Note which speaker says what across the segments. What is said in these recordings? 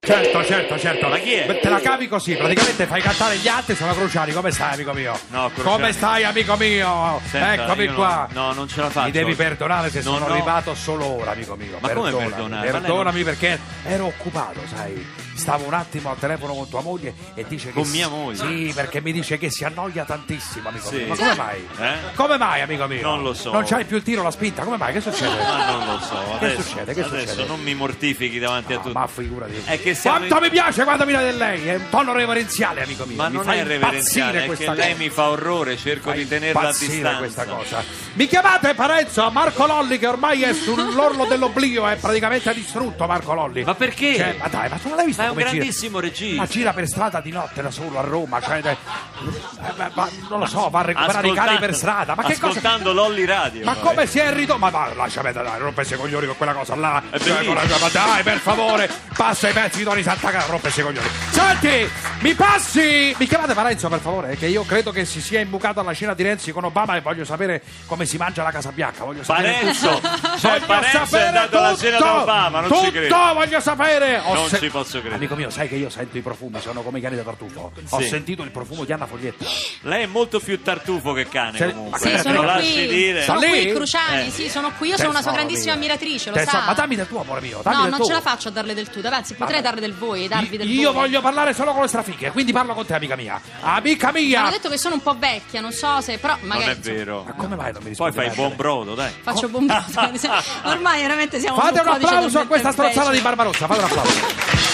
Speaker 1: Certo, certo, certo.
Speaker 2: Ma chi è?
Speaker 1: Beh, Te la cavi così, praticamente fai cantare gli altri, sono cruciali. Come stai, amico mio?
Speaker 2: No, Cruciani.
Speaker 1: Come stai, amico mio?
Speaker 2: Senta,
Speaker 1: Eccomi
Speaker 2: io
Speaker 1: qua.
Speaker 2: non- no, non ce la faccio.
Speaker 1: Mi devi perdonare se
Speaker 2: Non
Speaker 1: sono
Speaker 2: ho-
Speaker 1: arrivato solo ora, amico mio.
Speaker 2: Ma come
Speaker 1: perdonami,
Speaker 2: perdonare? Ma lei
Speaker 1: Perdonami perché ero occupato, sai. Stavo un attimo al telefono con tua moglie e dice che.
Speaker 2: Con
Speaker 1: si-
Speaker 2: mia moglie?
Speaker 1: Sì, perché mi dice che si annoia tantissimo, amico
Speaker 2: Sì.
Speaker 1: mio. Ma come mai?
Speaker 2: Eh?
Speaker 1: Come mai, amico mio?
Speaker 2: Non lo so.
Speaker 1: Non c'hai più il tiro, la spinta, come mai? Che succede?
Speaker 2: Ma non lo so.
Speaker 1: Che
Speaker 2: Adesso,
Speaker 1: succede? Che
Speaker 2: adesso
Speaker 1: succede?
Speaker 2: non mi mortifichi davanti a
Speaker 1: Ah,
Speaker 2: tutti.
Speaker 1: ma figurati.
Speaker 2: È che siamo
Speaker 1: Quanto
Speaker 2: in-
Speaker 1: mi piace quando mi date lei, eh? è un tono reverenziale, amico mio.
Speaker 2: Ma
Speaker 1: mi
Speaker 2: non
Speaker 1: fa
Speaker 2: è reverenziale,
Speaker 1: impazzire
Speaker 2: è che
Speaker 1: questa
Speaker 2: lei
Speaker 1: cosa.
Speaker 2: mi fa orrore, cerco
Speaker 1: Fa
Speaker 2: di tenerla a
Speaker 1: impazzire
Speaker 2: distanza.
Speaker 1: questa cosa. Mi chiamate Parenzo a Marco Lolli che ormai è sull'orlo dell'oblio, è praticamente distrutto Marco Lolli.
Speaker 2: Ma perché?
Speaker 1: Cioè, ma dai, ma tu non l'hai visto
Speaker 2: Ma è un
Speaker 1: come gira?
Speaker 2: grandissimo regista.
Speaker 1: Ma gira per strada di notte da solo a Roma, cioè, eh, ma- ma non lo so, va a recuperare i cani
Speaker 2: Ascoltando-
Speaker 1: per strada. Ma che cosa?
Speaker 2: Ascoltando Lolly Radio.
Speaker 1: Ma
Speaker 2: poi.
Speaker 1: come si è ridotta? Ma, ma lasciami dai, rompesse i coglioni con quella cosa là.
Speaker 2: È
Speaker 1: Cioè, con la-
Speaker 2: bellissimo.
Speaker 1: ma dai, per favore, passa i pezzi di Tony Santacana, rompesse i coglioni. Senti, mi passi! Mi chiamate Parenzo, per favore, che io credo che si sia imbucato alla cena di Renzi con Obama e voglio sapere come si mangia la Casa Bianca. Voglio sapere.
Speaker 2: Parenzo! Cioè,
Speaker 1: Voglio
Speaker 2: Parenzo è
Speaker 1: sapere
Speaker 2: andato alla cena
Speaker 1: tutto,
Speaker 2: da Obama, non ci
Speaker 1: tutto
Speaker 2: credo.
Speaker 1: voglio sapere! Ho
Speaker 2: Non ci posso credere.
Speaker 1: Amico mio, sai che io sento i profumi, sono come i cani da tartufo. Ho
Speaker 2: Sì.
Speaker 1: sentito il profumo di Anna Foglietta.
Speaker 2: Lei è molto più tartufo che cane,
Speaker 1: Cioè, ma
Speaker 2: comunque.
Speaker 1: sì,
Speaker 2: eh,
Speaker 1: sono
Speaker 2: te lo
Speaker 1: qui.
Speaker 2: lasci dire.
Speaker 1: Sono-
Speaker 3: Sono
Speaker 1: lì?
Speaker 3: qui, Cruciani,
Speaker 2: Eh.
Speaker 3: sì, sono qui. Io sono una sua
Speaker 1: Tesoro
Speaker 3: grandissima
Speaker 1: mio.
Speaker 3: ammiratrice, lo
Speaker 1: Tesoro-
Speaker 3: sa.
Speaker 1: Ma dammi del tuo, amore mio. Dammi
Speaker 3: no,
Speaker 1: del
Speaker 3: non
Speaker 1: tuo.
Speaker 3: ce la faccio a darle del tu, anzi, potrei darle del voi e darvi del
Speaker 1: Io
Speaker 3: voi.
Speaker 1: voglio parlare solo con le strafiche, quindi parlo con te, amica mia. Amica mia!
Speaker 3: Hanno detto che sono un po' vecchia, non so se, però
Speaker 2: Non
Speaker 3: magari.
Speaker 2: è vero.
Speaker 1: Ma come mai non mi
Speaker 2: Poi
Speaker 1: rispondi?
Speaker 2: fai il
Speaker 1: mai?
Speaker 2: buon brodo, dai.
Speaker 3: Faccio bomba. Ormai veramente siamo
Speaker 1: Fate
Speaker 3: sul
Speaker 1: un
Speaker 3: codice
Speaker 1: applauso
Speaker 3: del
Speaker 1: a questa strozzata di
Speaker 3: fatto
Speaker 1: Barbarossa, fate un applauso.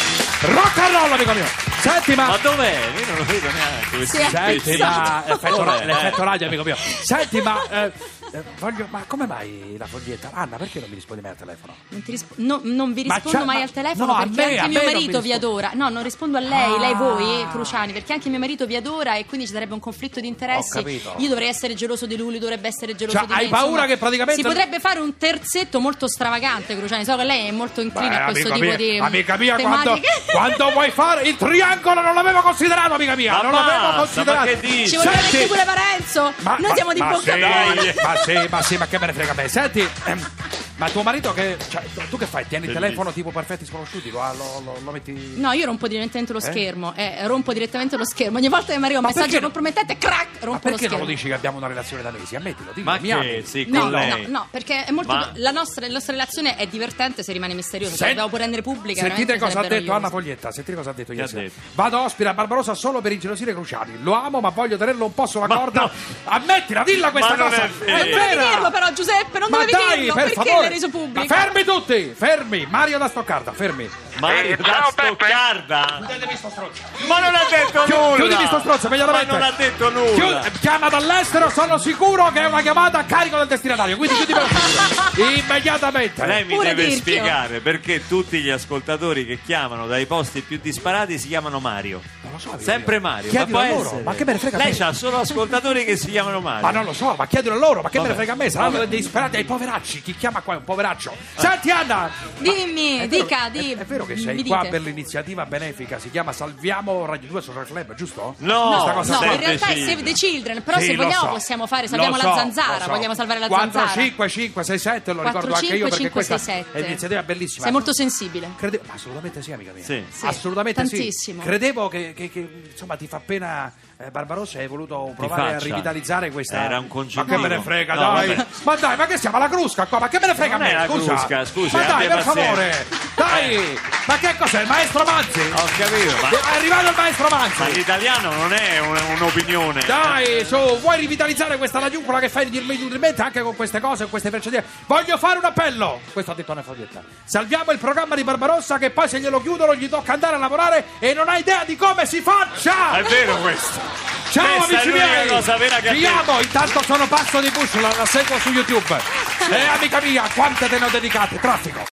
Speaker 1: Rock and roll, amico mio. Senti, ma
Speaker 2: Ma dov'è? Io non lo vedo neanche. questo
Speaker 3: Sì, eh.
Speaker 2: specie
Speaker 1: Ah. Senti,
Speaker 2: di-
Speaker 1: ma effetto ra-
Speaker 2: Dov'è?
Speaker 1: l'effetto radio, amico mio. Senti, ma eh, eh, voglio ma come mai la foglietta? Anna, perché non mi rispondi mai al telefono?
Speaker 3: Non, ti rispo- no, non vi
Speaker 1: Ma
Speaker 3: rispondo
Speaker 1: c'è-
Speaker 3: mai
Speaker 1: ma-
Speaker 3: al telefono
Speaker 1: no, a
Speaker 3: perché
Speaker 1: me- a
Speaker 3: anche
Speaker 1: me
Speaker 3: mio
Speaker 1: non mi
Speaker 3: marito vi
Speaker 1: rispondi.
Speaker 3: adora. No, non rispondo a lei, lei
Speaker 1: Ah.
Speaker 3: voi, Cruciani, perché anche mio marito vi adora e quindi ci sarebbe un conflitto di interessi.
Speaker 1: Ho capito.
Speaker 3: Io dovrei essere geloso di lui, lui dovrebbe essere geloso
Speaker 1: Cioè,
Speaker 3: di me.
Speaker 1: hai paura
Speaker 3: insomma.
Speaker 1: che praticamente-
Speaker 3: Si potrebbe fare un terzetto molto stravagante, Cruciani. So che lei è molto incline
Speaker 1: Beh,
Speaker 3: a questo tipo
Speaker 1: mia,
Speaker 3: di.
Speaker 1: Eh, amica mia, quando,
Speaker 3: tematiche.
Speaker 1: quando vuoi fare il triangolo non l'avevo considerato, amica mia,
Speaker 2: Ma
Speaker 1: non l'avevo
Speaker 2: basta,
Speaker 1: considerato.
Speaker 2: ma che dici?
Speaker 3: Ci vuole
Speaker 1: Senti-
Speaker 3: anche pure Parenzo. Noi siamo di bocca
Speaker 1: sì,
Speaker 3: buona.
Speaker 1: dai, ma sì, ma sì, ma che me ne frega a me. Senti, ehm, ma tuo marito che. cioè, tu che fai? Tieni il
Speaker 2: Bellissimo.
Speaker 1: telefono tipo perfetti sconosciuti? Lo, ah, lo- lo- lo metti.
Speaker 3: No, io rompo direttamente lo
Speaker 1: Eh?
Speaker 3: schermo. Eh, rompo direttamente lo schermo. Ogni volta che mi arriva un
Speaker 1: Ma
Speaker 3: messaggio
Speaker 1: perché-
Speaker 3: compromettente, crack,
Speaker 1: ma
Speaker 3: rompo lo
Speaker 1: perché non
Speaker 3: schermo.
Speaker 1: lo dici che abbiamo una relazione da mesi? Ammettilo, dillo,
Speaker 2: Ma
Speaker 1: mi
Speaker 2: che?
Speaker 1: ami.
Speaker 2: Sì, con
Speaker 3: No, no,
Speaker 2: lei.
Speaker 3: no, perché è molto.
Speaker 2: Ma-
Speaker 3: La, nostra, la nostra relazione è divertente se rimane misteriosa.
Speaker 1: Sen-
Speaker 3: Se dobbiamo pure rendere pubblica.
Speaker 1: Sentite
Speaker 3: veramente
Speaker 1: cosa ha detto
Speaker 3: sarebbe
Speaker 1: Anna
Speaker 3: noioso.
Speaker 1: Foglietta, sentite cosa ha detto
Speaker 2: Che
Speaker 1: ieri
Speaker 2: ha
Speaker 1: sera.
Speaker 2: detto?
Speaker 1: Vado a Ospina a Barbarossa solo per ingelosire Cruciani. Lo amo, ma voglio tenerlo un po' sulla
Speaker 2: Ma
Speaker 1: corda.
Speaker 2: no.
Speaker 1: Ammettila, dilla questa
Speaker 2: Ma non
Speaker 1: cosa.
Speaker 2: è vero.
Speaker 1: È
Speaker 2: Non
Speaker 3: Non
Speaker 1: vera.
Speaker 3: dovevi dirlo, però, Giuseppe, non
Speaker 1: ma
Speaker 3: dovevi
Speaker 1: dai,
Speaker 3: dirlo.
Speaker 1: per
Speaker 3: perché
Speaker 1: favora.
Speaker 3: l'hai reso pubblico?
Speaker 1: Ma fermi tutti, fermi. Mario da Stoccarda, fermi.
Speaker 2: Mario da Stoccarda.
Speaker 1: Chiudetevi sto stronzo.
Speaker 2: Ma non ha detto nulla.
Speaker 1: Chiudimi sto strozzo,
Speaker 2: Ma
Speaker 1: immediatamente.
Speaker 2: non ha detto nulla.
Speaker 1: Chiud- chiama dall'estero, sono sicuro che è una chiamata a carico del destinatario. Quindi chiudi per immediatamente.
Speaker 2: Lei mi
Speaker 3: Pure
Speaker 2: deve
Speaker 3: Tirchio.
Speaker 2: spiegare perché tutti gli ascoltatori che chiamano dai posti più disparati si chiamano Mario.
Speaker 1: Non lo so, io-
Speaker 2: Sempre Mario. Ma,
Speaker 1: Chiedilo
Speaker 2: può
Speaker 1: a loro,
Speaker 2: essere.
Speaker 1: ma che me ne frega a
Speaker 2: Lei
Speaker 1: me.
Speaker 2: ha solo ascoltatori che si chiamano Mario.
Speaker 1: Ma non lo so, ma chiedilo a loro, ma che me ne
Speaker 2: Vabbè. Ah.
Speaker 1: frega a me? Saranno dei disperati ai poveracci. Chi chiama qua è un poveraccio. Senti Anna!
Speaker 3: Dimmi,
Speaker 1: È vero-
Speaker 3: dica,
Speaker 1: è-
Speaker 3: di.
Speaker 1: È, vero che sei
Speaker 3: mi
Speaker 1: qua
Speaker 3: dite.
Speaker 1: per l'iniziativa benefica, si chiama Salviamo Radio 2 Social Club, giusto?
Speaker 2: No,
Speaker 3: No,
Speaker 1: Questa
Speaker 3: no,
Speaker 1: cosa
Speaker 2: sei
Speaker 3: in realtà è
Speaker 2: imbecille.
Speaker 3: Save the Children, però
Speaker 1: Sì,
Speaker 3: se
Speaker 1: lo
Speaker 3: vogliamo
Speaker 1: so.
Speaker 3: possiamo fare,
Speaker 1: Lo
Speaker 3: salviamo
Speaker 1: so,
Speaker 3: la zanzara,
Speaker 1: lo so.
Speaker 3: vogliamo salvare la
Speaker 1: 4,
Speaker 3: zanzara.
Speaker 1: 5, 5, 6, 7, lo
Speaker 3: 4,
Speaker 1: ricordo
Speaker 3: 5,
Speaker 1: anche io perché
Speaker 3: 5,
Speaker 1: questa
Speaker 3: 6, 7.
Speaker 1: è un'iniziativa bellissima.
Speaker 3: Sei molto sensibile.
Speaker 1: Crede- ma assolutamente sì, amica mia.
Speaker 2: Sì.
Speaker 3: Sì,
Speaker 1: Assolutamente
Speaker 3: tantissimo.
Speaker 1: sì. Credevo che, che- che, insomma ti fa pena eh, Barbarossa hai voluto provare a
Speaker 2: faccia.
Speaker 1: rivitalizzare questa.
Speaker 2: Era un congiuntivo.
Speaker 1: Ma che me ne frega,
Speaker 2: No,
Speaker 1: dai.
Speaker 2: vabbè.
Speaker 1: Ma dai, ma che siamo alla crusca qua? Ma che me ne frega
Speaker 2: Non
Speaker 1: a me?
Speaker 2: è la
Speaker 1: scusa.
Speaker 2: crusca, scusi, eh,
Speaker 1: Ma dai,
Speaker 2: abbia
Speaker 1: per favore.
Speaker 2: pazienza. Eh.
Speaker 1: Dai! Ma che cos'è? Il maestro Manzi?
Speaker 2: Ho capito, ma,
Speaker 1: È arrivato il maestro
Speaker 2: Ah. ma
Speaker 1: Manzi.
Speaker 2: l'italiano non è un- un'opinione.
Speaker 1: Dai, su, vuoi rivitalizzare questa radiucola che fai inutilmente anche con queste cose, con queste percentuali? Voglio fare un appello! Questo ha detto una foglietta. Salviamo il programma di Barbarossa che poi se glielo chiudono gli tocca andare a lavorare e non ha idea di come si faccia!
Speaker 2: È vero questo.
Speaker 1: Ciao
Speaker 2: Eh, Questa è
Speaker 1: amici
Speaker 2: l'unica
Speaker 1: miei!
Speaker 2: cosa vera che ha
Speaker 1: Vi
Speaker 2: detto.
Speaker 1: amo, intanto Eh, sono Passo di Bussola, la seguo su YouTube. E amica mia, quante te ne ho dedicate? Traffico!